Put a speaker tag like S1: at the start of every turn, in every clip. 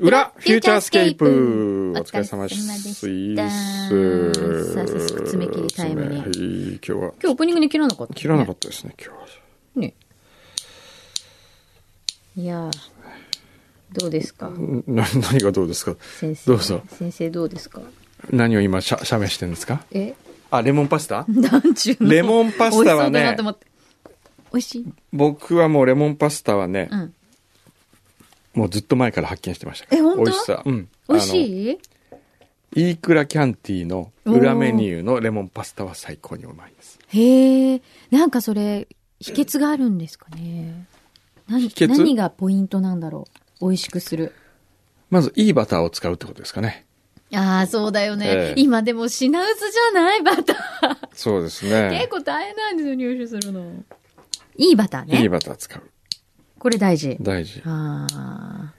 S1: 裏、フューチャースケープ。
S2: お
S1: お
S2: 疲
S1: 疲
S2: れ
S1: れ
S2: 様
S1: 様
S2: で
S1: で
S2: し
S1: す。
S2: た
S1: スイス。
S2: さあ早速爪切りタイムに
S1: 爪はい、今日は
S2: 今日オープニングに切らなかった、
S1: 切らなか
S2: っ
S1: ったですね、今日は。
S2: た。ね。いやー、どうですか
S1: んな 何がどうですか
S2: 先生。
S1: どうぞ。
S2: 先生どうですか
S1: 何を今、しゃ、しゃべしてるんですか
S2: え
S1: あ、レモンパスタ
S2: なんちゅうの
S1: レモンパスタはね
S2: 美味しそうだなと思って美味しい
S1: 僕はもうレモンパスタはね
S2: う、ん。
S1: もうずっと前から発見してましたから
S2: え本当
S1: 美味しさ。うん。
S2: 美味
S1: い
S2: しい
S1: イークラキャンティーの裏メニューのレモンパスタは最高にうまいです。
S2: へえ、なんかそれ、秘訣があるんですかね。何
S1: 秘訣
S2: 何がポイントなんだろう美味しくする。
S1: まず、いいバターを使うってことですかね。
S2: ああ、そうだよね。
S1: ええ
S2: 今でも品薄じゃないバター。
S1: そうです
S2: 結
S1: ね。
S2: 構大変なんですよ、入手するの。いいバターね。
S1: いいバター使う。
S2: これ大事。
S1: 大事。
S2: ああ。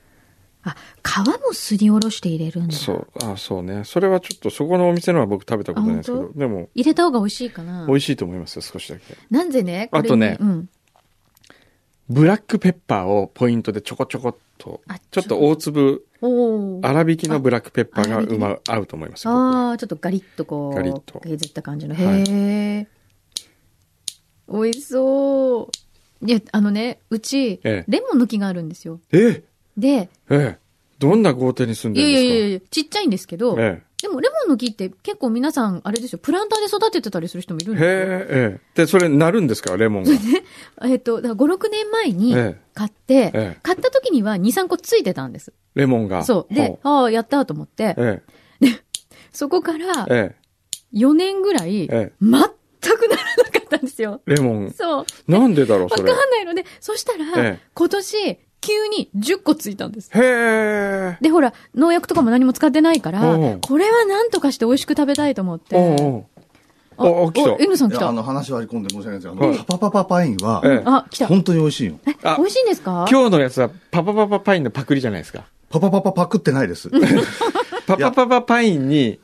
S2: あ、皮もすりおろして入れるんだ。
S1: そう、あ、そうね。それはちょっと、そこのお店のは僕食べたことないんですけ
S2: あ
S1: ど
S2: 本、
S1: でも、
S2: 入れた方が美味しいかな
S1: 美。味しいと思いますよ、少しだけ。
S2: なんでね、これ
S1: あとね
S2: うん。
S1: ブラックペッパーをポイントでちょこちょこっと
S2: あ、
S1: ちょっと大粒、
S2: おー
S1: 粗挽きのブラックペッパーが
S2: あ粗
S1: う
S2: 挽きね
S1: ま、合うと思いますよ。僕は
S2: ああ、ちょっとガリッとこう、
S1: ガリッと
S2: 削った感じの。
S1: はい
S2: へえ。美味しそう。いや、あのね、うち、
S1: ええ
S2: レモンの木があるんですよ。
S1: え
S2: で、
S1: ええどんな豪邸に住ん
S2: い
S1: で
S2: や
S1: るん
S2: い
S1: で
S2: や
S1: す
S2: い
S1: か
S2: やいや、ちっちゃいんですけど、
S1: え
S2: でもレモンの木って結構皆さん、あれですよ、プランターで育ててたりする人もいるん
S1: えへ
S2: ですよ。
S1: えええで、それ、なるんですかレモンが。
S2: えっと、だから5、6年前に
S1: ええ
S2: 買って、
S1: ええ
S2: 買った時には2、3個ついてたんです。
S1: レモンが。
S2: そう。で
S1: ほ、
S2: ああ、やったーと思って
S1: う、え
S2: そこから
S1: ええ
S2: 4年ぐらい、
S1: ええ
S2: 全くならなかったんですよ。
S1: えレモン。
S2: そう。
S1: なんでだろう、
S2: わか
S1: そ
S2: ん
S1: れ。
S2: ないので、そしたら、
S1: ええ
S2: 今年、急に10個ついたんです。
S1: へえ。
S2: で、ほら、農薬とかも何も使ってないから
S1: おうおう、
S2: これはなんとかして美味しく食べたいと思って。
S1: おうおう。あ、来た。
S2: N さん
S3: い
S2: 来
S3: や
S2: た
S3: あ。の話割り込んで申し訳ないですけど、
S1: はい
S3: あのパパパパインは、
S1: ええ
S2: あ、来た。
S3: 本当に美味しいよ。
S1: あ
S2: 美味しいんですか
S1: 今日のやつは、パパパパパインのパクリじゃないですか。
S3: パパパパパクってないです。
S1: パパパパパインに、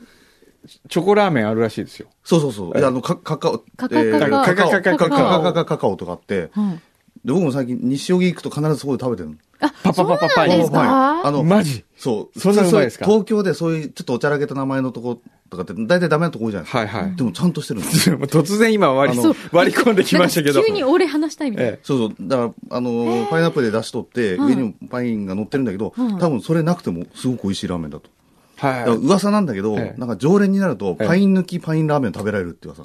S1: チョコラーメンあるらしいですよ。
S3: そうそうそう。いや、あの、かカカオ、
S2: カカカカ
S3: え
S1: カ
S3: ーカカオ、
S1: カカカカカ
S3: カカカカカカカカオとかあって、
S2: はい
S3: で、僕も最近西荻行くと必ずそこで食べてるの。
S2: あ、
S1: パパパパ
S2: そうなんで
S1: パ
S2: す
S1: パパ
S3: あ
S2: か
S3: の、
S1: マジ
S3: そう。
S1: そんなうまいですか
S3: 普通そうう東京でそういうちょっとおちゃらけた名前のとことかって、大体ダメなとこ多いじゃないですか。
S1: はいはい。
S3: でもちゃんとしてるの。
S1: でも突然今割り
S2: そう
S1: 割り込んできましたけ
S2: なん
S1: ど。
S2: か急に俺話したいみたいな
S1: え。
S3: そうそう。だから、あのー、パイナップルで出し取って、
S2: はい
S3: 上にもパインが乗ってるんだけど、
S2: うん
S3: 多分それなくてもすごく美味しいラーメンだと。
S1: え
S3: だから
S1: は
S3: 噂なんだけど、
S1: ええ
S3: なんか常連になると、
S1: ええ
S3: パイン抜きパインラーメン食べられるって噂。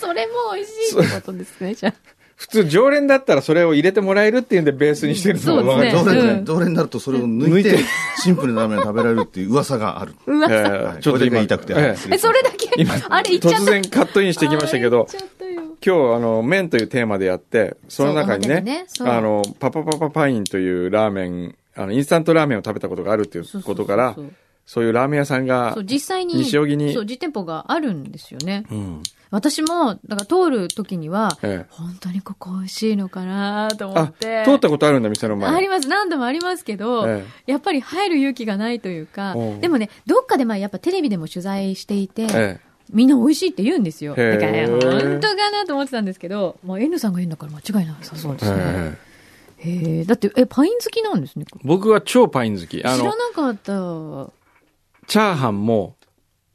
S2: それも美味しいってことですね、じゃ
S1: い。普通常連だったらそれを入れてもらえるっていうんでベースにしてるの
S2: そう
S1: も
S2: です
S1: わか
S2: ね
S1: ります
S3: 常連,、
S2: うん
S3: 常連になるとそれを抜いて、シンプルなラーメンを食べられるっていう噂がある。
S2: あ。う わ、
S1: ええちょっと
S3: これだ
S1: 今
S3: け言いたくて
S1: え
S2: え、それだけ
S1: 今、
S2: あれ
S1: え
S2: 言っちゃっ
S1: 突
S2: た。
S1: 然カットインしてきましたけ
S2: あ
S1: ど
S2: れ、言っちゃったよ
S1: 今日あの、麺というテーマでやって、その中に
S2: そ
S1: ね、
S2: う表でねそう
S1: あの、パパパパパインというラーメン、あの、インスタントラーメンを食べたことがあるってい
S2: そう
S1: う
S2: そう
S1: こ
S2: そうそう
S1: とから、そういうラーメン屋さんが
S2: そう、、実際に、
S1: 西荻に
S2: そう、実店舗があるんですよね。
S1: うん
S2: 私も、だから通る時には、
S1: ええ
S2: 本当にここ美味しいのかなと思
S1: あ
S2: って。、
S1: 通ったことあるんだ、店の前。
S2: あります。何度もありますけど、
S1: え
S2: やっぱり入る勇気がないというか
S1: おう、
S2: でもね、どっかでまあやっぱテレビでも取材していて、
S1: え
S2: みんな美味しいって言うんですよ。
S1: へー
S2: だから、本当かなと思ってたんですけど、まあ N さんが言うんだから間違いなさそう
S1: え
S2: です
S1: え
S2: ね。
S1: え
S2: へえ、だって、え、パイン好きなんですね。
S1: 僕は超パイン好き。
S2: 知ら
S1: あ
S2: な
S1: の、
S2: かった。
S1: チャーハンも、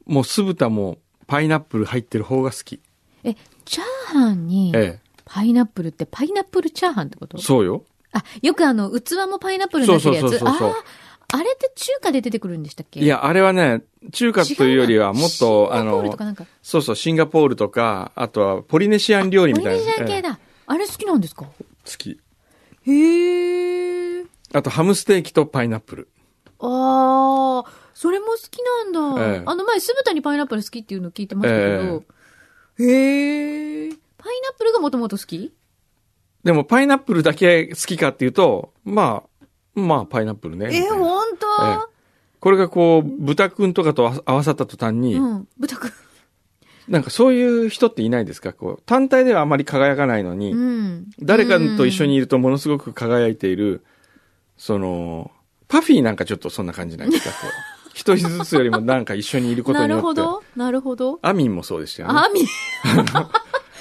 S1: もう酢豚も、パイナップル入ってる方が好き。
S2: え、チャーハンに、
S1: え
S2: パイナップルって、パイナップルチャーハンってこと
S1: え。そうよ。
S2: あ、よくあの、器もパイナップルになってるやつ。
S1: そうそうそうそうそう
S2: あーあれって中華で出てくるんでしたっけ
S1: い、や、あれはね、中華というよりは、もっと、あ
S2: シンガポー
S1: の
S2: ルとか、なんか、
S1: そうそう、シンガポールとか、あとはポリネシアン料理
S2: ポ
S1: み
S2: リ
S1: たい
S2: ネ
S1: な。
S2: シアン系
S1: ええ
S2: だ。あれ好きなんですか
S1: 好き。
S2: へえ。
S1: あと、ハムステーキとパイナップル。
S2: ああ、それも好きなんだ。
S1: ええ
S2: あの前、酢豚にパイナップル好きっていうの聞いてましたけど。へえ。パイナップルがもともと好き
S1: でも、パイナップルだけ好きかっていうと、まあ、まあ、パイナップルね。み
S2: え、
S1: たいな
S2: ほん
S1: え
S2: と
S1: これがこう、豚くんとかとあ合わさった途端に、
S2: うん。豚くん。
S1: なんかそういう人っていないですかこう、単体ではあまり輝かないのに、
S2: うん。
S1: 誰かと一緒に
S2: うん。
S1: いるとものすごく輝いている、その、パフィーなんかちょっとそんな感じないですかこ う一人ずつよりもなんか一緒にいること
S2: な
S1: によ
S2: る
S1: っ
S2: ほ
S1: て。
S2: ど。なるほど。
S1: アミンもそうでしたよね。
S2: あみ、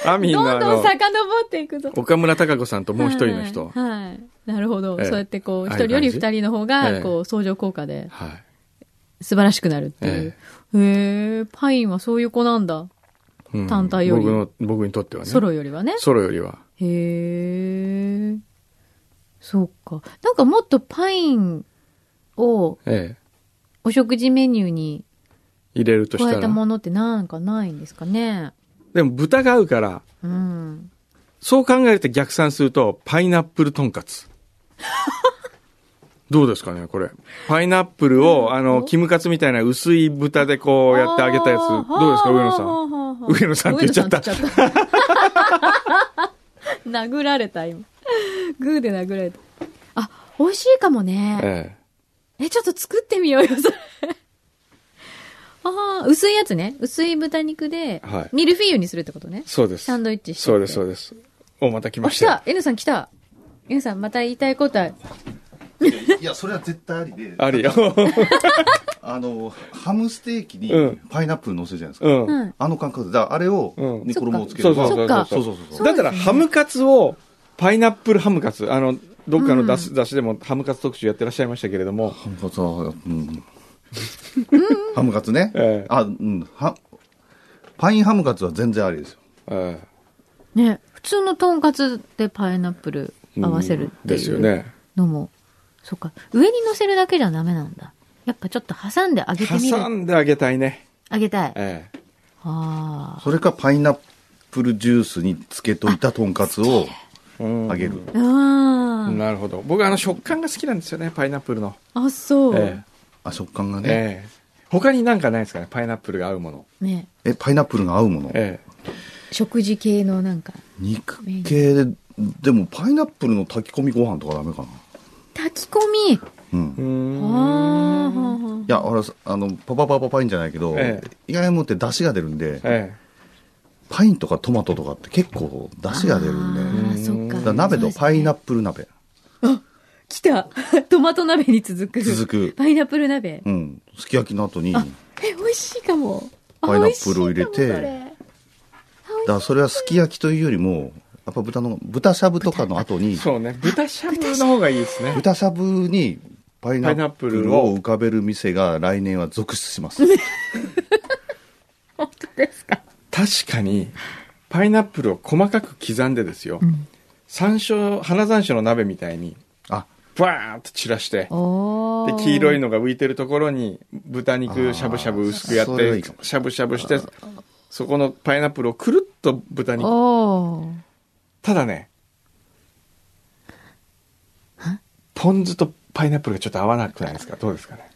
S1: アミンの
S2: どん
S1: あ
S2: どん
S1: の
S2: 遡、っていくぞ。
S1: 岡村孝子さんともう一人の人。
S2: はい。はいなるほど。
S1: ええ
S2: そうやってこう、
S1: ああ
S2: 一
S1: いう
S2: 人より
S1: 感
S2: 二
S1: じ
S2: 人の方
S1: え
S2: が、
S1: え
S2: こう、相乗効果で
S1: はい。
S2: 素晴らしくなるっていう。へえ、パインはそういう子なんだ。
S1: うん
S2: 単体より
S1: 僕の、僕にとってはね。
S2: ソロよりはね。
S1: ソロよりは。
S2: へえ。そうか。なんかもっとパインを
S1: ええ。
S2: お食事メニューに
S1: 入れるとした
S2: 加えた
S1: ら。
S2: ものってなんかないんですかね。
S1: でも豚が合うから、
S2: うん。
S1: そう考えて逆算すると、パイナップルとんか つ。どうですかね、これ。パイナップルを、あの、キムカツみたいな薄い豚でこうやって揚げたやつ。どうですか、上野さん。
S2: ん
S1: 上野さんって言っちゃった
S2: 上野さんって言っちゃった 殴られた、今。グーで殴られた。あ、美味しいかもね。
S1: え
S2: え、ちょっと作ってみようよ、それ。ああ、薄いやつね。薄い豚肉で
S1: はい、
S2: ミルフィーユにするってことね
S1: え。。そうです。
S2: サンドイッチしてって
S1: そうです、そうです。お、また来
S2: あ、
S1: ま
S2: 来
S1: したよ
S2: た !N さん来た !N さん、また言いたいことは、
S3: いや、それは絶対ありで、
S1: ありよ。
S3: あの、ハムステーキに
S1: うん
S3: パイナップル乗せるじゃないです
S1: う
S3: か。
S1: ん。
S2: はい。
S3: あの感覚で、だからあれを
S1: うん
S3: に衣をつけ
S1: そ
S3: る
S1: うそうそう
S2: そっか
S1: そう
S3: そうそうそう
S2: そ
S3: そう
S1: だ
S3: う。
S1: から、
S2: ですね
S1: ハムカツを、パイナップルハムカツ、あの、どっかの出す、出しでもハムカツ特集やってらっしゃいましたけれども、
S3: ハムカツは、うん。ハムカツね。
S1: ええ
S3: あ、うん。は、パインハムカツは全然ありですよ。
S1: ええ
S2: ね、普通のとんかつでパイナップル合わせるって
S1: です
S2: い
S1: よ
S2: う
S1: ね。
S2: のも、そっか、上に乗せるだけじゃダメなんだ。やっぱちょっと挟んであげてみる
S1: 挟。んであげたいね。
S2: あげたい。
S1: ええ
S2: ああ。
S3: それかパイナップルジュースにつけといたとんかつを
S1: うん
S3: あげる。
S2: うん。
S1: なるほど。僕、あの、食感が好きなんですよね、パイナップルの。
S2: あ、そう。
S1: え
S3: あ、食感が
S1: え
S3: ね。
S1: ええ他になんかないですかね、パイナップルが合うもの。
S2: ね。
S3: え、パイナップルが合うもの。
S1: え
S2: 食事系のなんか、
S3: 肉系で、でもパイナップルの炊き込みご飯とかダメかな。
S2: 炊き込み。
S3: うん
S1: え。う。
S2: あ
S1: ん。
S2: あ
S3: い。や、あれ、あの、パパパパパインじゃないけど、
S1: え
S3: 意外にもって出汁が出るんで、
S1: え
S3: パインとかトマトとかって結構出汁が出るんで、
S2: あーそっか。
S3: だから鍋とパイナップル鍋。
S2: 来た トマト鍋に続く。
S3: 続く
S2: パイナップル鍋。
S3: うん。すき焼きの後に、だ
S2: あ
S3: か、
S2: え、美味しいかも。あ
S3: パイナップルを入れて
S2: 美味しいかもそれ
S3: らそれはすき焼きというよりも、やっぱ豚の、豚しゃぶとかの後
S1: え
S3: に、
S1: そうね、豚しゃぶの方がいいですね。
S3: 豚しゃぶにパイナ
S1: パイナッ
S3: ッ
S1: プ
S3: プ
S1: ル
S3: ル
S1: を
S3: を浮かべる店が来年は続出します。
S2: 本当ですか。
S1: 確かに、パイナップルを細かく刻んでですよ、山椒、花山椒の鍋みたいに、
S3: あ、
S1: バーッと散らして、
S2: お
S1: で黄色いの
S2: の。
S1: が浮いてるところに豚肉しゃぶしゃぶ薄くやっ
S3: あーそれがい
S1: て
S3: いかも
S1: しゃぶしゃぶしてそこのパイナップルをくるっと豚に
S2: おー
S1: ただねポン酢とパイナップルがちょっと合わなくないですかどうですかね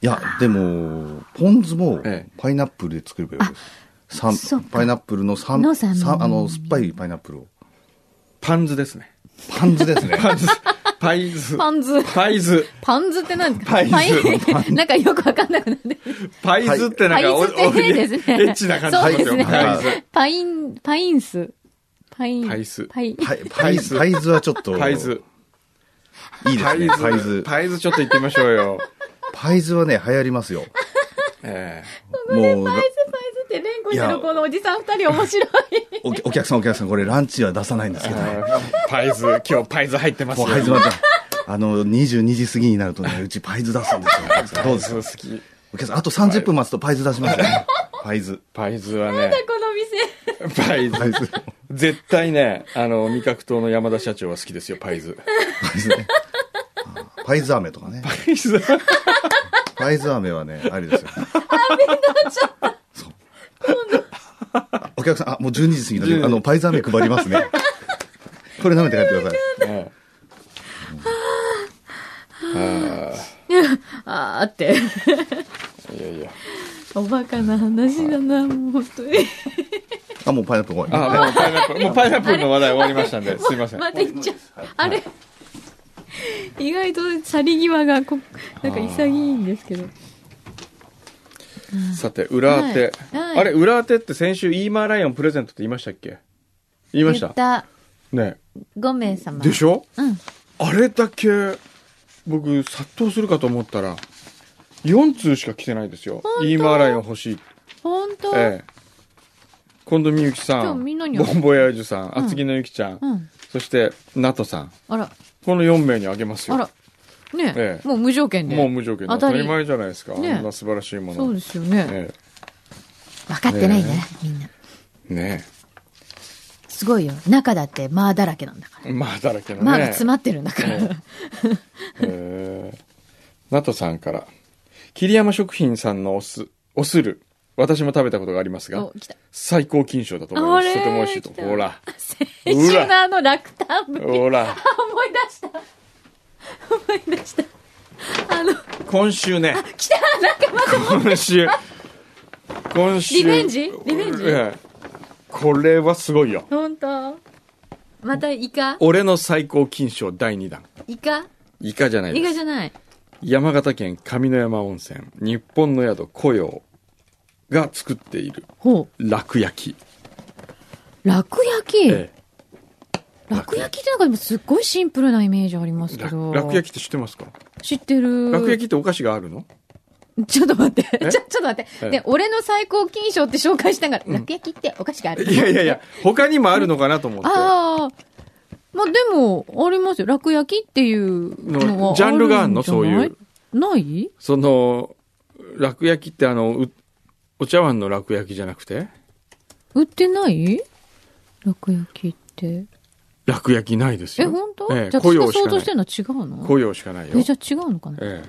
S3: いや、でも、ポン酢も
S1: ええ
S3: パイナップルで作ればいいです。酸
S2: そっか
S3: パイナップルの酸
S2: の酸味
S3: 酸あの、酸っぱいパイナップルを。
S1: パン酢ですね
S3: パン酢です ね。
S1: パン酢パイ酢
S2: パン酢。
S1: パイ酢
S2: パン酢って何ですか
S1: パイ酢
S2: パイなんかよくわかんなくなって。
S1: パイ酢ってなんかお
S2: パイ酢って変ですね
S1: おエッチな感じしますよ
S2: そうですね
S1: パイ酢
S2: パイン、パインス。パイン。
S1: パイス
S2: パイ。
S3: パイパイ酢パイ酢はちょっと、
S1: パイ酢
S3: いいですね。パ
S1: パ
S3: イ
S1: イ
S3: 酢
S1: 酢。パイ酢ちょっと行ってみましょうよ
S3: パイ酢はね、流行りますよ。
S1: え
S3: もう、
S2: パイスパイスって連呼してるこのおじさん二人面白い。
S3: おお客さんお客さん、これランチは出さないんですけ
S1: え
S3: ど、
S1: パイ酢今日パイ酢入ってます
S3: もうパイ酢はね、あの、22時過ぎになるとね、うちパイ酢出すんですよ。どうです
S1: パイ酢好き
S3: お客さん、あと30分待つとパイ酢出しますよね。 パイ酢。
S1: パイズはね、
S2: この店。
S1: パイ
S3: パイ
S1: ズ。
S3: 酢。
S1: 絶対ね、あの、味覚糖の山田社長は好きですよ、パイズ。
S3: パイ酢ね。あパイ酢飴とかね。
S1: パイズ
S3: パイ酢飴はね、ありですよ。飴になっちゃった。そう。お客さん、あ、もう12時過ぎ
S1: 12時
S3: た。あの、パイ酢飴配りますね。これ舐めて帰ってください。
S1: ええあ
S2: あーって。
S1: あ、いやいや。
S2: おバカな話だな、もう本当に。
S3: あ、もうパイナップルごめん。
S1: あもうパイナップル、もうパイナップルの話題終わりましたんで、すいません。
S2: また行っちゃう。あれ、意外と去り際がこ、なんか潔いんですけど。
S1: さて、裏当て。
S2: はいはい
S1: あれ、裏当てって先週、イーマーライオンプレゼントって言いましたっけ言いまし
S2: 言
S1: た
S2: った
S1: ね。
S2: 5名様。
S1: でしょ
S2: うん。
S1: あれだけ、僕、殺到するかと思ったら、4通しか来てないですよ。イーマーライオン欲しいって
S2: 本当、
S1: ええ、近藤美由紀さ
S2: 今日
S1: ん
S2: みんなに
S1: ボンボヤージュさん
S2: うん
S1: 厚木のゆきちゃん、
S2: うん。
S1: そしてナトさん
S2: あら、
S1: この4名にあげますよ。
S2: あら、ね、
S1: ええ
S2: もう無条件で。
S1: もう無条件で
S2: 当
S1: 当
S2: た
S1: た
S2: り
S1: り前じゃないですか。
S2: ね
S1: あんな素晴らしいもの。
S2: そうですよね。
S1: え
S4: 分かってないね、
S1: ね
S4: みんな。
S1: えね
S4: すごいよ。中だって、まあだらけなんだから。
S1: え。まあ、だらけのね。
S4: まあが詰まってるんだから。
S1: えーナトさんから、桐山食品さんのおす、おする、私も食べたことがありますが
S2: お、来た。
S1: 最高金賞だと思います。
S2: あれ
S1: と
S2: ー
S1: ても美味しいと
S2: 来。た
S1: ほら、
S2: 先週のあの落胆部。思い
S1: ほら、
S2: 出した。思い出した。あの、
S1: 今週 ね。来た仲間今週、今週。
S2: リベンジリベンジ
S1: ええこれはすごいよ。
S2: 本当またイカ
S1: 俺の最高金賞第2弾。
S2: イカ
S1: イカじゃない
S2: イ
S1: で
S2: カ
S1: す
S2: じ。ゃない。
S1: 山形県上山温泉、日本の宿古陽が作っている
S2: ほ
S1: 楽焼き。
S2: う。楽焼き、
S1: ええ
S2: 楽焼きってなんかでもすっごいシンプルなイメージありますけ
S1: ら
S2: ど。
S1: 楽焼きって知ってますか、
S2: 知ってる。
S1: 楽焼きってお菓子があるの
S2: ちょっと待って。ちょ、
S1: え
S2: ちょっと待って。
S1: え
S2: で、俺の最高金賞って紹介しながら、楽焼きってお菓子がある。
S1: いやいやいや、他にもあるのかなと思って。
S2: ああ。まあでも、ありますよ。楽焼きっていうのは
S1: のジャンルがあんのそういう
S2: あるんじゃない。ない
S1: その、楽焼きってあの、うお茶碗の楽焼きじゃなくて
S2: 売ってない楽焼きって。
S1: 楽焼きないです
S2: え、
S1: よ。
S2: 本当、
S1: ええ
S2: じゃあ私
S1: 雇用
S2: が
S1: しか
S2: 想
S1: な
S2: 像
S1: い
S2: してるのは違うの
S1: 雇用しかないよ
S2: え、。じゃあ違うのかな
S1: ええ。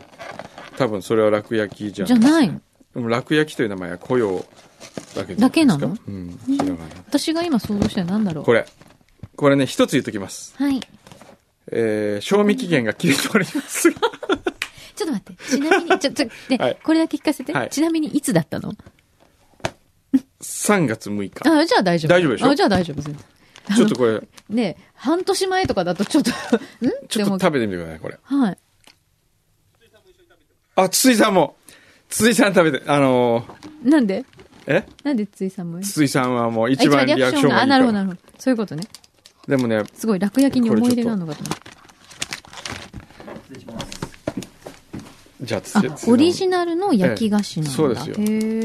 S1: 多分それは楽焼きじゃ
S2: じゃない
S1: い。
S2: の。
S1: でも楽焼きという名前は雇用だけじゃいですか
S2: だけなの
S1: うん。ひらがな
S2: 私が今想像してるのなんだろう。
S1: これ。これね、一つ言っときます。
S4: はい。
S1: えー、賞味期限が切れており ますが。
S4: ちょっと待って。ちなみに、ちょ、ちょ、ね、
S1: はい
S4: これだけ聞かせて、
S1: はい
S4: ちなみに、いつだったの
S1: 3月6日。
S2: あ、じゃあ大丈夫。
S1: 大丈夫でしょ
S2: あ、じゃあ大丈夫全然
S1: ちょっとこれ、
S2: ねえ半年前とかだとちょっと ん、
S1: ちょ
S2: ん
S1: っと
S2: でも
S1: 食べてみてください、これ。
S2: はい。
S1: あ、筒井さんも。筒井さん食べて、あのー
S2: なんで
S1: え
S2: なんでついさんも
S1: 筒井さんはもう一番リアクションがいい
S2: あ、
S1: か
S2: なるほど、
S1: ら。
S2: なるほど。そういうことね。
S1: でもね、
S2: すごい、楽焼きに思い入れがあるのかと思った
S1: じゃあ筒井さん。
S2: あ、オリジナルの焼き菓子なんだ。
S1: ええそうですよ
S2: へえ。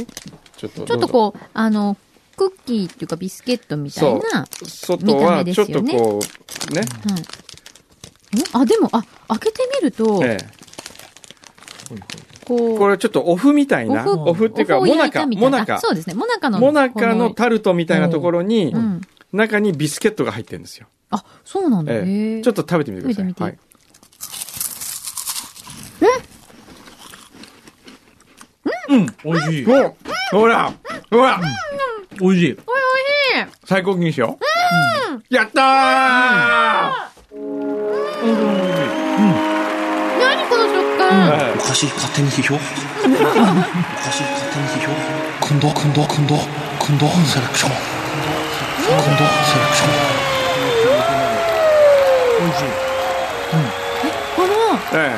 S1: ちょっとどう
S2: ち
S1: ぞ
S2: ょっとこう、あの、クッキーっていうかビスケットみたいな。はい。
S1: 外
S4: 見た目
S1: は
S4: で
S1: ち
S4: す
S1: ょっ
S4: よ
S1: と
S4: ね
S1: こう、ね。
S2: おあ、でも、あ、開けてみると、
S1: ええ
S2: こう、
S1: これちょっとオフみたいな。オフっていうか、
S2: オフを
S1: モ
S2: 焼
S1: ナ
S2: いた
S1: カ、
S2: みたい
S1: モ
S2: な
S1: ナ
S2: あ
S1: カ。
S2: そうですね。モナカの。
S1: モナカの
S2: こ
S1: タルトみたいなところに
S2: う、ん。
S1: 中にビスケットが入ってるんですよ。
S2: あ、そうなんだ。
S1: え
S2: へ
S1: え
S2: え。
S1: ちょっと食べてみてくださ
S2: 見
S1: い。
S2: て
S1: は
S2: 見
S1: い
S2: て。
S5: 美味しい。
S1: おほらほら
S5: 美味しい。
S1: 最高金賞やった
S2: 何この食感、
S1: ー
S6: おかしい勝手に批評おかしい勝手に批評今度今度今度今度セレクション今度セレクション
S2: この
S1: え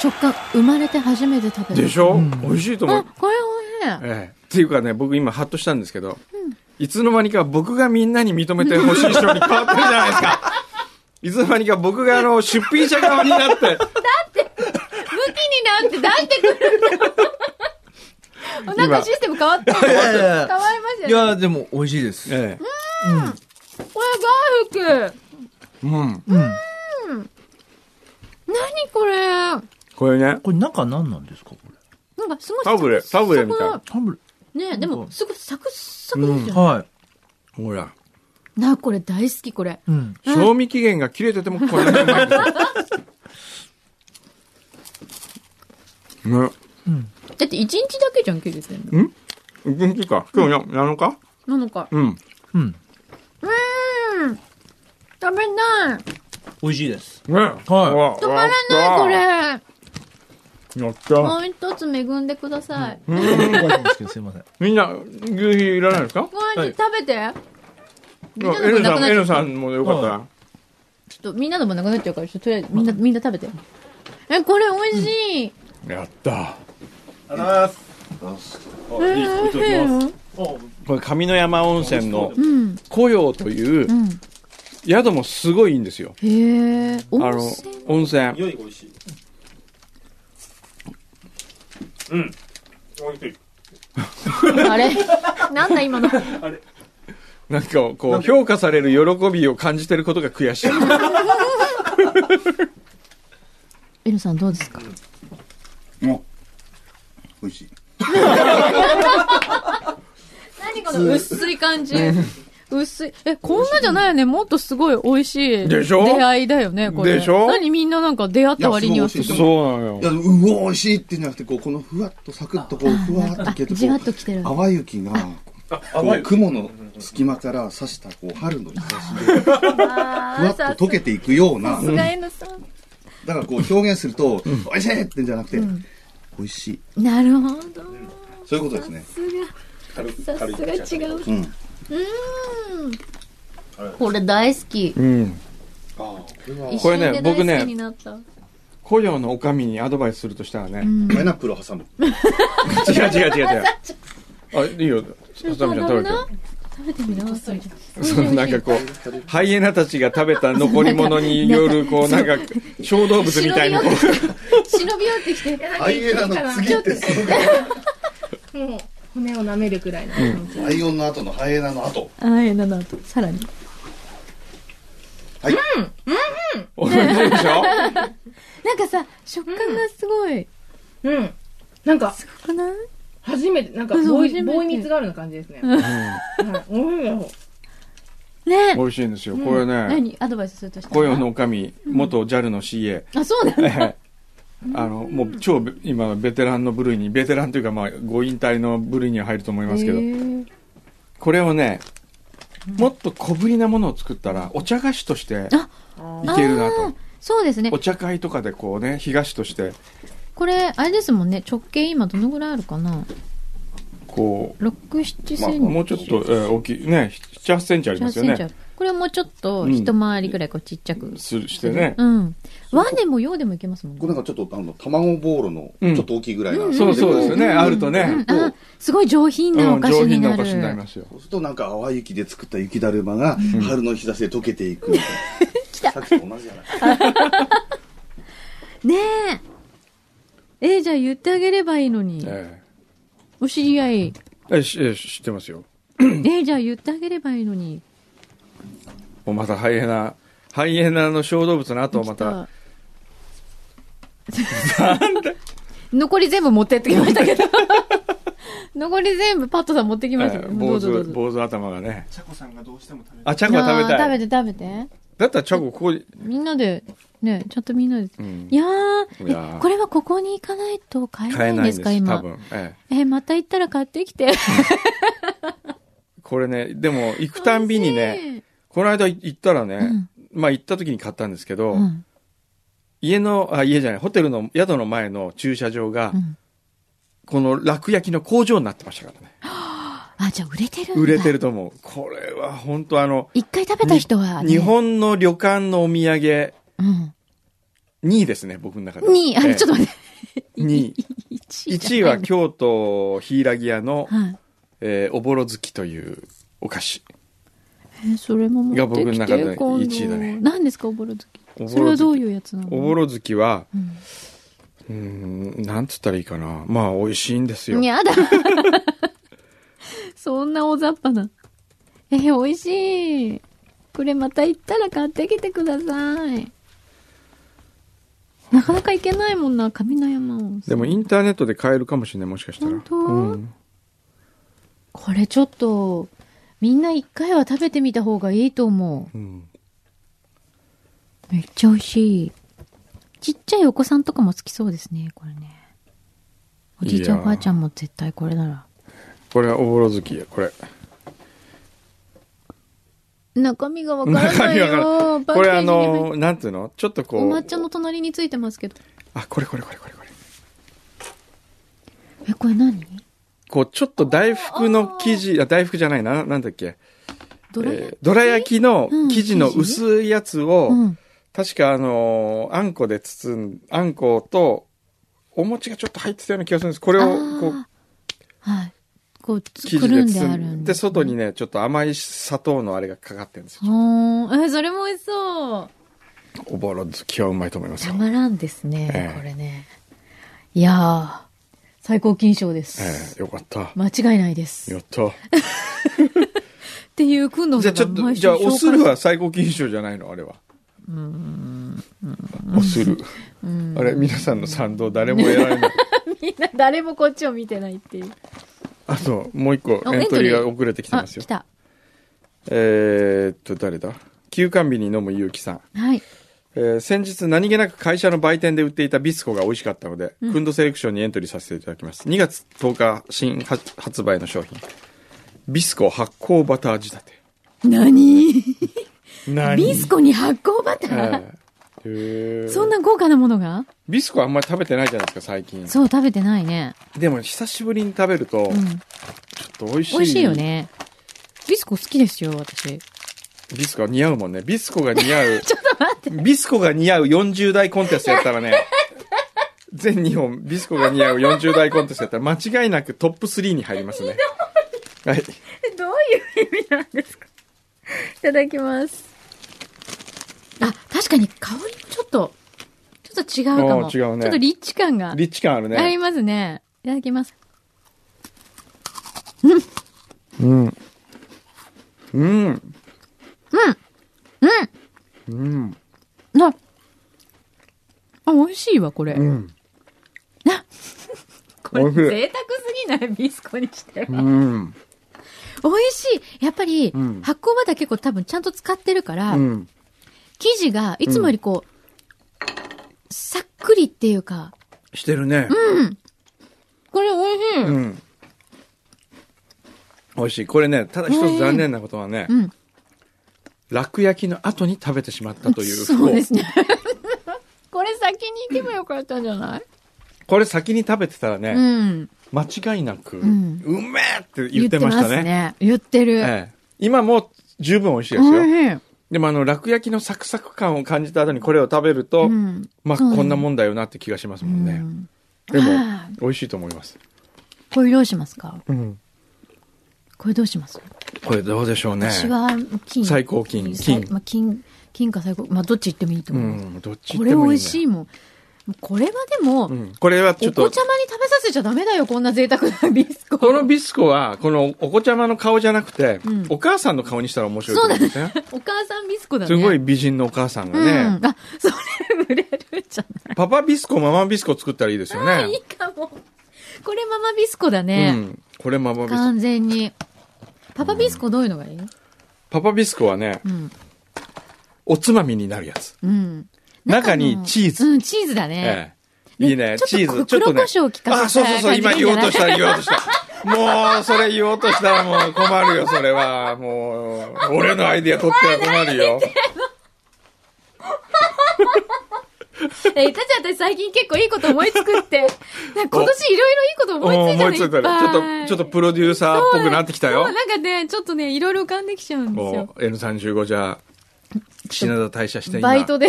S2: 食感、生まれて初めて食
S1: え
S2: べる。
S1: でしょ美味しいと思
S2: あ
S1: う。、
S2: これ美味しい。
S1: ええっていうかね、僕今ハッとしたんですけど、いつの間にか僕がみんなに認めてほしい賞に変わってるじゃないです か。いつの間にか僕があの、出品者側になって、
S2: 武器になって出してくるのなんかシステム変わ った。変わ
S5: いやい
S2: りま
S5: や
S2: した
S5: い
S2: よ。
S5: や、でも美味しいです。
S1: え
S2: これガーリック。
S1: えうん。
S2: 何これ。なんか
S1: これね、
S5: これ中何なんですかこれ。
S2: すごい
S1: タブレタブレみたいな
S5: ハム
S2: いね、でもすごいサクッサクですよ
S5: レ。
S2: ね。
S5: は
S1: ほら、
S2: な、これ大好きこれ。
S5: い。うん。
S1: 賞味期限が切れててもこれだけうまいんですよね。
S2: だって一日だけじゃん、切れてんの。
S1: 元気か。今日な7日
S2: なのか。
S1: うん。
S5: うん。
S2: 食べない。
S5: 美味しい です。
S1: ねはい。止
S2: 止まらないこれ。。
S1: やった。
S2: もう一つ恵んでください。
S5: すいません。
S1: みんな、牛皮いらないですか
S2: ごめん、食べて。みんな
S1: エ
S2: のも
S1: ル
S2: な
S1: さん、
S2: くなっ
S1: エ
S2: ちゃ
S1: ル
S2: う
S1: さんもよかったら。
S2: ちょっとみんなのもなくなっちゃうから、ちょっととりあえずみんな、みんな食べて。え、これ美味しい。
S1: やった。
S2: えー美味しいよ。
S1: これ、上山温泉の、古陽という、宿もすごいいいんですよ。
S2: へえ、
S1: あ
S2: 温
S1: の
S2: 泉、
S1: 温泉。
S7: 匂いが美味しい。うん。美味しい。
S2: あ れなんだ今の。
S1: なんか、こう、評価される喜びを感じてることが悔しい。
S2: N さんどうですか
S3: お美味しい。
S8: 何この薄い 感じ。薄い。え、こんなじゃないよね。もっとすごい美味しい。
S1: でしょ
S8: 出会いだよね、これ。
S1: でしょ
S8: 何みんななんか出会った割にはすごい
S3: いやすごい美
S1: そ
S3: 味しいです
S1: うなのよ
S3: いや、うお、美味しいっていうんじゃなくて、こう、このふわっとサクッと、こう、ふわっと消えて、
S2: じわっ
S3: こと
S2: 来てる
S3: う、淡雪が、こう、雲の隙間から差した、こう、春の日差しで、ふわっと溶けていくような、だ
S8: が N さん。
S3: からこう、表現すると、美味しいってんじゃなくて、美味しい。
S2: なるほど。
S3: そういうことですね。
S8: さすが違う。
S3: うん。
S2: これ大好き。
S1: うん
S8: 一
S1: これ
S8: 瞬
S1: ね
S8: で大
S1: 僕ね
S8: 好きになった。
S1: 雇用のおかみにアドバイスするとしたらね、
S3: パイナップルを挟む。
S1: 違う違う違う 違うあいいよハサミちゃん食べてそのなんかこうハイエナたちが食べた残り物によるこう なんか小動物みたいなこう
S8: 忍び寄ってきて。
S3: ハイエナの次って、その
S9: もう骨を舐めるくらいの感じ。
S3: ライオンの後のハイエナの後。
S8: あー、N の後。さらに。
S1: 美味しいでし ょ
S8: なんかさ、食感がすごい。
S9: うん。なんか、
S8: かな
S9: 初めて、なんか、
S8: うん
S9: ボー
S8: 初め
S9: イ、
S8: て
S9: ボーイミツがあるような感じですね。はい美味しいよ
S1: 美
S8: ね
S1: 味しいんですよこれね
S8: 何アドバイスするとしたら
S1: 雇用のおかみ元 JAL の CA
S8: あ、そうなん だ。
S1: ええあのもう超ベ今ベテランの部類にベテランというかまあご引退の部類には入ると思いますけど、
S8: へー
S1: これをねもっと小ぶりなものを作ったらお茶菓子としていけるなと
S2: そうですね
S1: お。茶会とかでこうね干菓子として
S2: これ、あれですもんね。直径今どのぐらいあるかな
S1: こ
S2: ?6、
S1: う、まあ、
S2: 7センチ。
S1: もうちょっと、えー大きいね7 8センチあり
S2: 7
S1: ますよ
S2: センチあ
S1: ね
S2: る。これもうちょっと一回りぐらいこうちっちゃく。
S1: すしてね、
S2: うん。和でも洋でもいけますもん
S3: こ
S2: ね
S3: れ。なんかちょっと、あの、卵ボールの、
S1: うん
S3: ちょっと大きいぐらいな。
S1: そうそうですよね、あるとね、
S3: こう
S2: あ、すごい上品
S1: う
S2: なんお菓子
S1: 上
S2: に
S1: 品な
S2: な
S1: お
S2: る。
S1: 菓子になりますよ
S3: そうするとなんか淡い雪で作った雪だるまが春の日差しで溶けていくみたいな。さっきと同じじゃない。
S2: ねえ。えーじゃあ言ってあげればいいのに。
S1: え
S2: お知り合い。
S1: ええしえ知ってますよ
S2: えーじゃあ言ってあげればいいのに。
S1: もうまたハイエナハイエナの小動物の後をまた
S2: 残り全部持ってってきましたけど。 残り全部パットさん持ってき
S1: え
S2: ましたけ
S1: ー
S2: ど。ど
S1: 坊
S2: うぞどう
S1: 主
S2: ぞ。
S1: 坊主頭がね
S10: チャコさんがどうしても食べ
S1: あチャコが食べたい
S2: あー食べて食べて。
S1: だったらチャコここに、
S2: みんなで、ね、ちゃんとみんなで。
S1: うん
S2: いやー
S1: いやー
S2: えこれはここに行かないと買えないんですか、
S1: 多
S2: 今。
S1: 分、ええ、
S2: え、また行ったら買ってきて。
S1: これねでも行くたんびにねこの間い行ったらね、まあ行った時に買ったんですけど、
S2: うん。
S1: 家のあ家じゃないホテルの宿の前の駐車場が、
S2: うん
S1: この落焼きの工場になってましたからね
S2: あ、じゃあ売れてるんだ。
S1: 売れてると思うこれは本当あの
S2: 一回食べた人は、ね、
S1: 日本の旅館のお土産
S2: うん。
S1: 2位ですね僕の中で
S2: に、あれ、ちょっと待って。
S1: と2位
S2: 1
S1: 1位は京都柊屋の、
S2: はい。
S1: えーおぼろ月というお菓子
S2: え、それも持って
S1: が
S2: きて。
S1: 僕の中で
S2: 今度
S1: 一位だね
S2: 何ですか、おぼろ月。
S1: おぼろ月
S2: それはどういうやつなの
S1: おぼろ月は
S2: ん
S1: うーんなんつったらいいかなまあ美味しいんですよ
S2: やだ。 そんな大雑把な。えー、美味しい。これまた行ったら買ってきてください。なかなか行けないもんな、上の山を。
S1: でもインターネットで買えるかもしれないもしかしたら
S2: 本当
S1: うん
S2: これちょっと、みんな一回は食べてみた方がいいと思
S1: うん
S2: う。めっちゃ美味しい。ちっちゃいお子さんとかも好きそうですね、これね。おじいちゃ
S1: いや
S2: ん
S1: ー
S2: おばあちゃんも絶対これな
S1: これはおぼろ月これ
S2: ら。中身がわからないよ。パッケ
S1: これあ
S2: ージに入って
S1: のなんていうのちょっとこ
S2: お
S1: う
S2: 抹茶の隣についてますけど。
S1: あこれこれこれこれこれ
S2: え、これ何
S1: こうちょっと大福の生地あ大福じゃないななんだっけ
S2: ドラ焼
S1: えーどら焼きの
S2: うん
S1: 生地の
S2: 生地
S1: 薄いやつを、
S2: うん。
S1: 確かあのーあんこで包んあんことお餅がちょっと入ってたような気がするんですこれをこう
S2: ああはい。こう、つ
S1: 生
S2: く
S1: 地で
S2: るんで
S1: 包
S2: あ
S1: ん
S2: る
S1: で
S2: ん
S1: 外にねちょっと甘い砂糖のあれがかかってるんですよ
S2: おーえ、それも美味しそう。
S1: おぼろ好きはうまいと思います
S2: た
S1: よ、
S2: まらんですね、
S1: ええ
S2: これね。いやー、最高金賞で
S1: え
S2: す。
S1: ーよかった
S2: 間違いないです。
S1: や
S2: っ
S1: った
S2: ていう、くんの
S1: じゃ
S2: さ
S1: あちょ
S2: んが
S1: っと
S2: 毎週
S1: じゃあ
S2: 紹介
S1: おするは最高金賞じゃないのあれはをする。
S4: うん
S1: あれ、皆さんの賛同誰も得ら れない。
S2: みんな誰もこっちを見てないっていう。
S1: あと、もう一個
S4: あ
S1: エ
S4: エン
S1: ントリー
S4: トリ
S1: が
S4: ー
S1: 遅れてきて
S4: あ、
S1: ますよ
S4: 来。た。
S1: えー、っと、誰だ休館日に飲むゆうきさん。
S4: はい。
S1: えー先日何気なく会社の売店で売っていたビスコが美味しかったので、クンドセレクションにエントリーさせていただきます。2月10日新発発売の商品。ビスコ発酵バター仕立て。
S4: 何
S1: 何
S4: ビスコに発酵バタ
S1: え
S4: ー、
S1: えへー
S4: そんな豪華なものが
S1: ビスコあんまり食べてないじゃないですか、最近。
S4: そう、食べてないね。
S1: でも久しぶりに食べると、
S4: うん
S1: ち。ょっと美味しい。
S4: 美味しいよ。ね。ビスコ好きですよ、私。
S1: ビスコ似合うもんね。ビスコが似合う。 ちょっと待って。ビスコが似合う40代コンテストやった らね、全日本ビスコが似合う40代コンテストやったら間違いなくトップ3に入りますね。はい。
S2: どういう意味なんですかいただきます。
S4: あ、確かに香りもちょっと、ちょっと違うか
S1: あ
S4: も。
S1: ー違うね
S4: ちょっとリッチ感が
S1: リッチ感ある
S4: あり
S1: ね。
S4: ますね。いただきます。
S1: うん。うん。うん。
S4: あ、あ、美味しいわ、これ。
S1: うん。
S4: これ、
S1: 美味しい
S4: 贅沢すぎないビスコにしては。
S1: う
S4: 美
S1: ん。
S4: 味しいやっぱり、
S1: うん
S4: 発酵バター結構多分ちゃんと使ってるから、
S1: うん。
S4: 生地がいつもよりこう、さっくりっていうか、
S1: してるね。
S4: これ美味しい、
S1: うん。美味しい。これね、ただ一つ残念なことはね、
S4: うん
S1: 楽焼きの後に食べてしまったという不幸。
S4: そうですね。
S2: これ先に行けばよかったんじゃない
S1: これ先に食べてたらね、
S4: うん。
S1: 間違いなく、うんめえって言ってました
S4: 言ってます
S1: ね。
S4: ね。言ってる。
S1: ええ、今も十分美味しい
S4: 美
S1: ですよ。
S4: 味し
S1: でもあの、楽焼きのサクサク感を感じた後にこれを食べると、
S4: い。うん。
S1: まあ、
S4: そうね
S1: こんなもんだよなって気がしますもんね。
S4: うん
S1: でも
S4: はあ、
S1: 美味しいと思います。
S4: これどうしますか
S1: うん。
S4: これどうします
S1: これどうでしょうね。
S4: 私は金。
S1: 最高金
S4: 最
S1: 金
S4: まあ、金、金か最高。まあ、どっち行ってもいいと
S1: う
S4: 思う。
S1: ん、どっち
S4: こ
S1: 行っ
S4: れ
S1: て
S4: 美
S1: もいい、ね。
S4: 味しいもん。これはでも、
S1: うん。これはちょ
S4: お
S1: っと
S4: 子、ちゃまに食べさせちゃダメだよ、こんな贅沢なビスコ。
S1: このビスコは、このお子ちゃまの顔じゃなくて、
S4: うん
S1: お母さんの顔にしたら面白いと思うんですね。
S4: お母さんビスコだね。
S1: すごい美人のお母さんがね、
S4: うん。あ、それ売れるじゃない。
S1: パパビスコ、ママビスコ作ったらいいですよね。
S4: いいかも。これママビスコだ
S1: う
S4: ね。
S1: ん。これママビスコ。
S4: 完全に。パパビスコどういうのがいい
S1: パパビスコはね、
S4: うん。
S1: おつまみになるやつ。
S4: うん。
S1: 中にチーズ
S4: うん、チーズだね。
S1: ええ。いいね。チ
S4: ちょっ
S1: ー
S4: と
S1: ズ。ちょっと
S4: 黒胡
S1: ね。
S4: 椒を効かせた
S1: あ、そうそうそう。
S4: 感じが
S1: 今
S4: いいんじ
S1: 言
S4: ゃ
S1: おう
S4: ない
S1: とした、言おうとした。もう、それ言おうとしたらもう困るよ、それは。もう、俺のアイディア取っては困るよ。
S2: え、いたちゃん私最近結構いいこと思いつ くって。なんか今年いろいろいいこと思いついた
S1: 思
S2: の
S1: い
S2: い
S1: つい
S2: ったぱい
S1: ら、ちょっと、ちょっとプロデューサーっぽくなってきたよ
S2: そう。なんかね、ちょっとね、いろいろ浮かんできちゃうんです
S1: お
S2: よ。
S1: N35 じゃ、品田退社して今。
S2: バイトで。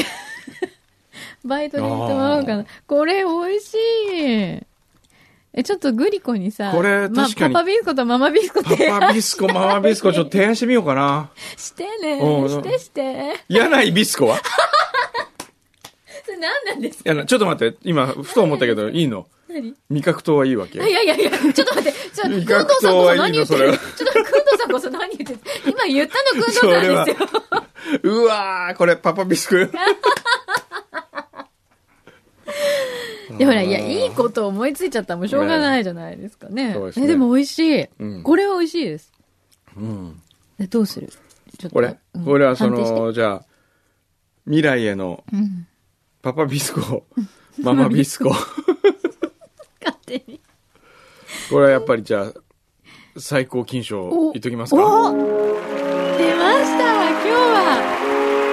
S2: バイトで行ってもらおうか
S1: あ
S2: な。これ美味しい。え、ちょっとグリコにさ、
S1: これ
S2: ま
S1: 確かに
S2: パパビスコとママビスコ提
S1: パパ
S2: 案
S1: ビスコ、ママビスコ、ちょっと提案してみようかな。
S2: してね。
S1: うん
S2: してして。
S1: 柳井ビスコは
S2: それ何なんですか
S1: いや、ちょっと待って、今、ふと思ったけど、いいの
S2: 何
S1: 味覚糖はいいわけ
S2: あいやいやいや、ちょっと待って、ちょ
S1: 味
S2: っと、くんどう
S1: 覚
S2: さん
S1: 糖
S2: こ
S1: はい
S2: そ
S1: いの
S2: 何言って
S1: それ
S2: る
S1: は
S2: ちょっと、くんどうさんこそ何言ってる今言ったのくんどうさんですよ。
S1: うわー、これパパビス ク。
S2: いや、ほら、いや、いいこと思いついちゃったらもうしょうがないじゃないですかね。
S1: そうですね
S2: え、でも美味しい、
S1: うん
S2: これは美味しいです。
S1: うん。
S2: えどうするちょっと
S1: これ、
S2: うん
S1: これはそ
S2: 判定して
S1: の、じゃあ、未来への
S4: うん。
S1: パパビスコ、ママビス コ。
S2: 勝手に。
S1: これはやっぱりじゃあ、最高金賞
S2: お
S1: いっときます
S2: お
S1: か。
S2: 出ました今日は、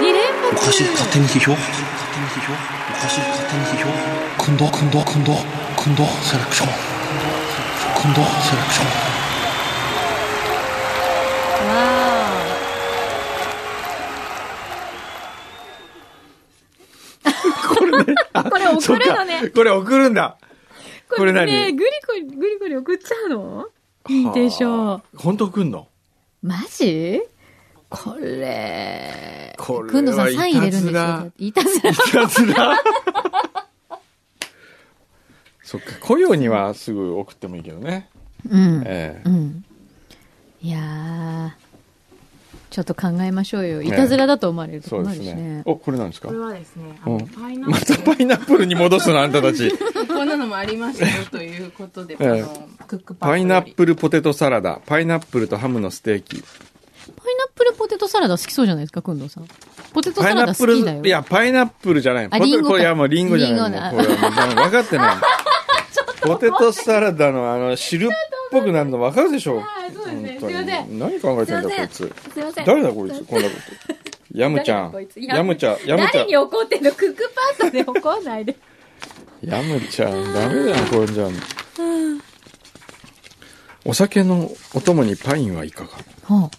S2: 2連
S6: おかしい
S2: 発
S6: 勝手に批評おかしい勝手に批評くんどくんどくんどくんどセレクションくんどセレクション
S2: これ
S1: そ
S2: 送
S1: っ
S2: るの
S1: か
S2: ね。、
S1: これ送るんだ。これ何
S2: ね、グリコに、グリコに送っちゃうの認定
S1: は
S2: 証。
S1: あ。本当送んの
S4: マジこれ。
S1: これは
S4: くんどさんサイン入れるんですよ。いたずら。
S1: いたずら。 そっか、雇用にはすぐ送ってもいいけどね。
S4: うん。
S1: ええ
S4: うん。いやー。
S2: ちょっと考えましょうよ。いたずらだと思われると
S1: そう
S2: 困
S1: で
S2: る
S1: す
S2: し
S1: ね
S2: ね。
S1: おこれなんですか
S9: これはですね、あ
S1: う
S9: の
S1: ん
S9: パイナ
S1: また
S9: ップ
S1: パイナップルに戻すのあんたたち
S9: ル、こんなのもありましたよということ で、あ
S1: ええ
S9: のクックパッド
S1: パ
S9: より
S1: イナップルポテトサラダパイナップルとハムのステーキ
S2: パイナップルポテトサラダ好きそうじゃないですか、くんどうさん。ポテト
S1: パ
S2: サ
S1: イ
S2: ラ
S1: ナ
S2: ダ
S1: ップ
S2: 好
S1: ル
S2: きだよ。
S1: いやパイナップルじゃない
S2: あ
S1: ポテ
S2: リ
S1: ト
S2: ンゴか
S1: これいやもうリンゴじゃない
S2: リンゴだ
S1: もうこれはもう分かってないポテトサラダのあの汁っぽくなるの分かるでしょ
S11: はい、そうですね。
S1: 本
S11: すい
S1: 当
S11: ません。
S1: に何考えてん
S11: すい
S1: だこい
S11: ま
S1: つ
S11: すいません。
S1: 誰だこいつこんなことヤムち
S11: 誰だ
S1: ゃん
S11: こいつ
S1: ヤムちゃんヤムちゃ
S11: 誰
S1: ん
S11: に怒ってんのクックパッドで怒んないで。
S1: ヤムちゃん、ダメだよ、これじゃん。お酒のお供にパインはいかが
S2: は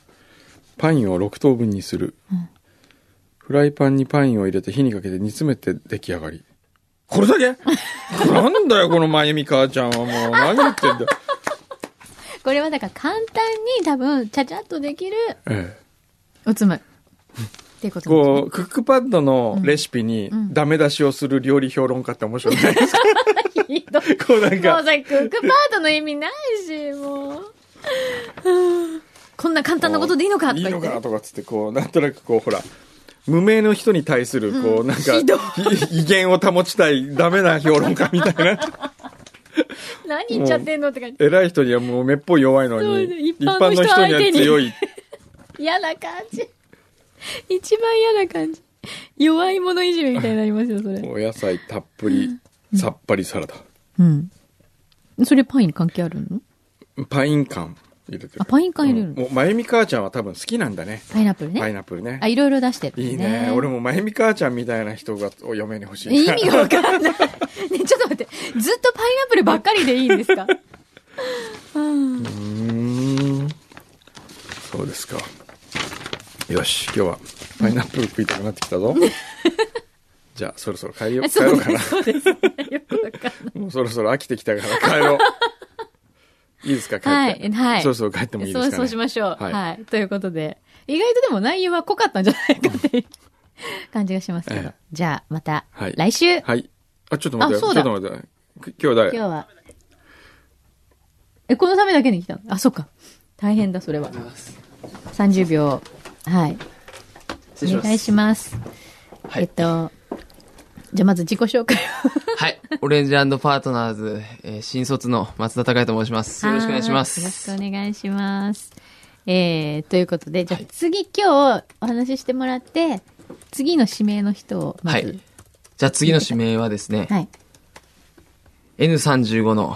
S1: パインを6等分にする。フライパンにパインを入れて火にかけて煮詰めて出来上がり。これだけなんだよ、このまゆみ母ちゃんはもう。何言ってんだ。
S2: あこれはだから簡単に多分、ちゃちゃっとできる
S1: ええ
S2: おつまみ。っていうこと
S1: こう、クックパッドのレシピに
S2: ん
S1: ダメ出しをする料理評論家って面白くないですか
S2: ですね。ひどい
S1: こうなん
S2: もう
S1: か
S2: さ、、クックパートの意味ないし、もう。こんな簡単なことでいいのかと
S1: い
S2: か
S1: い
S2: 言
S1: の
S2: って
S1: か。なとかっつってこうなんとなくこうほら無名の人に対するこう、なんかい威厳を保ちたいダメな評論家みたい な
S2: 何言っちゃってんのって感じ。
S1: 偉い人にはもうめっぽい弱いの
S2: そう
S1: に
S2: ね一般の人
S1: 一には
S2: 相手に
S1: 強い
S2: 嫌な感じ。一番嫌な感じ。弱い者いじめみたいになりますよ、それ。
S1: お野菜たっぷりさっぱりサラダ
S2: うん。それパイン関係あるの
S1: パイン缶入れて
S2: あ、パイン缶入れる
S1: うん
S2: の、
S1: もうまゆみ母ちゃんは多分好きなんだね
S2: パイナップルね。
S1: パイナップルね
S2: あ、いろいろ出してる、
S1: いいね俺もまゆみ母ちゃんみたいな人がお嫁に欲しい
S2: 意味がわかんない。ね、ちょっと待って。ずっとパイナップルばっかりでいいんですか
S1: うーんそうですかよし今日はパイナップル食いたくなってき たぞじゃあそろそろ帰りよう帰ろうかな
S2: そうですね。よくわかんない。
S1: もうそろそろ飽きてきたから帰ろういいですか帰って、
S2: はいはい
S1: そろそろ帰ってもいいですか、
S2: そう、
S1: ね、
S2: そうしましょう。
S1: は
S2: はいい、ということで、意外とでも内容は濃かったんじゃないかっていう感じがしますけど。
S1: ええ
S2: じゃあ、また
S1: はい、
S2: 来週、
S1: はいあちょっと待って
S2: あそうだ
S1: ちょっと待ってく今日誰
S2: 今日は。え、このためだけに来たのあ、そっか。大変だ、それは。30秒。はい。お願いします。
S12: はい
S2: えっと、じゃあまず自己紹介を。
S12: はい。オレンジパートナーズ、えー新卒の松田隆也と申します。 よろしくお願いしま
S2: はよろしく
S12: す。
S2: お願いします。えー、ということで、じゃあ次、今日お話ししてもらって、次の指名の人をま
S12: は
S2: ず。
S12: い。じゃあ次の指名はですね、
S2: はい
S12: N35 の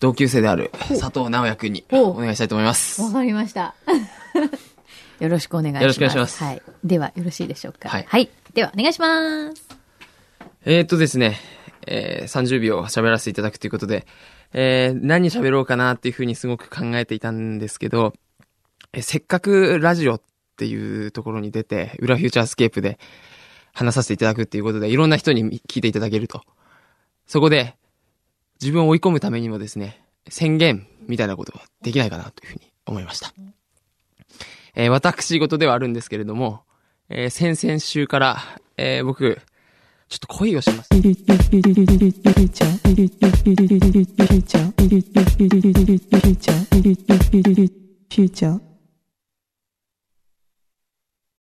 S12: 同級生である佐藤直也くんに
S2: ほう
S12: お願いしたいと思います。
S2: わかりま した。よろしくお願いします。
S12: よろしくお願いします
S2: はい。では、よろしいでしょうか。
S12: はい
S2: では、お願いします。
S12: えー、っとですね、えー30秒喋らせていただくということで、えー何喋ろうかなっていうふうにすごく考えていたんですけど、えーせっかくラジオっていうところに出て、裏フューチャースケープで話させていただくっていうことで、いろんな人に聞いていただけると。そこで、自分を追い込むためにもですね、宣言みたいなことはできないかなというふうに思いました。えー私事ではあるんですけれども、えー先々週から、えー僕、ちょっと恋をしました。
S13: future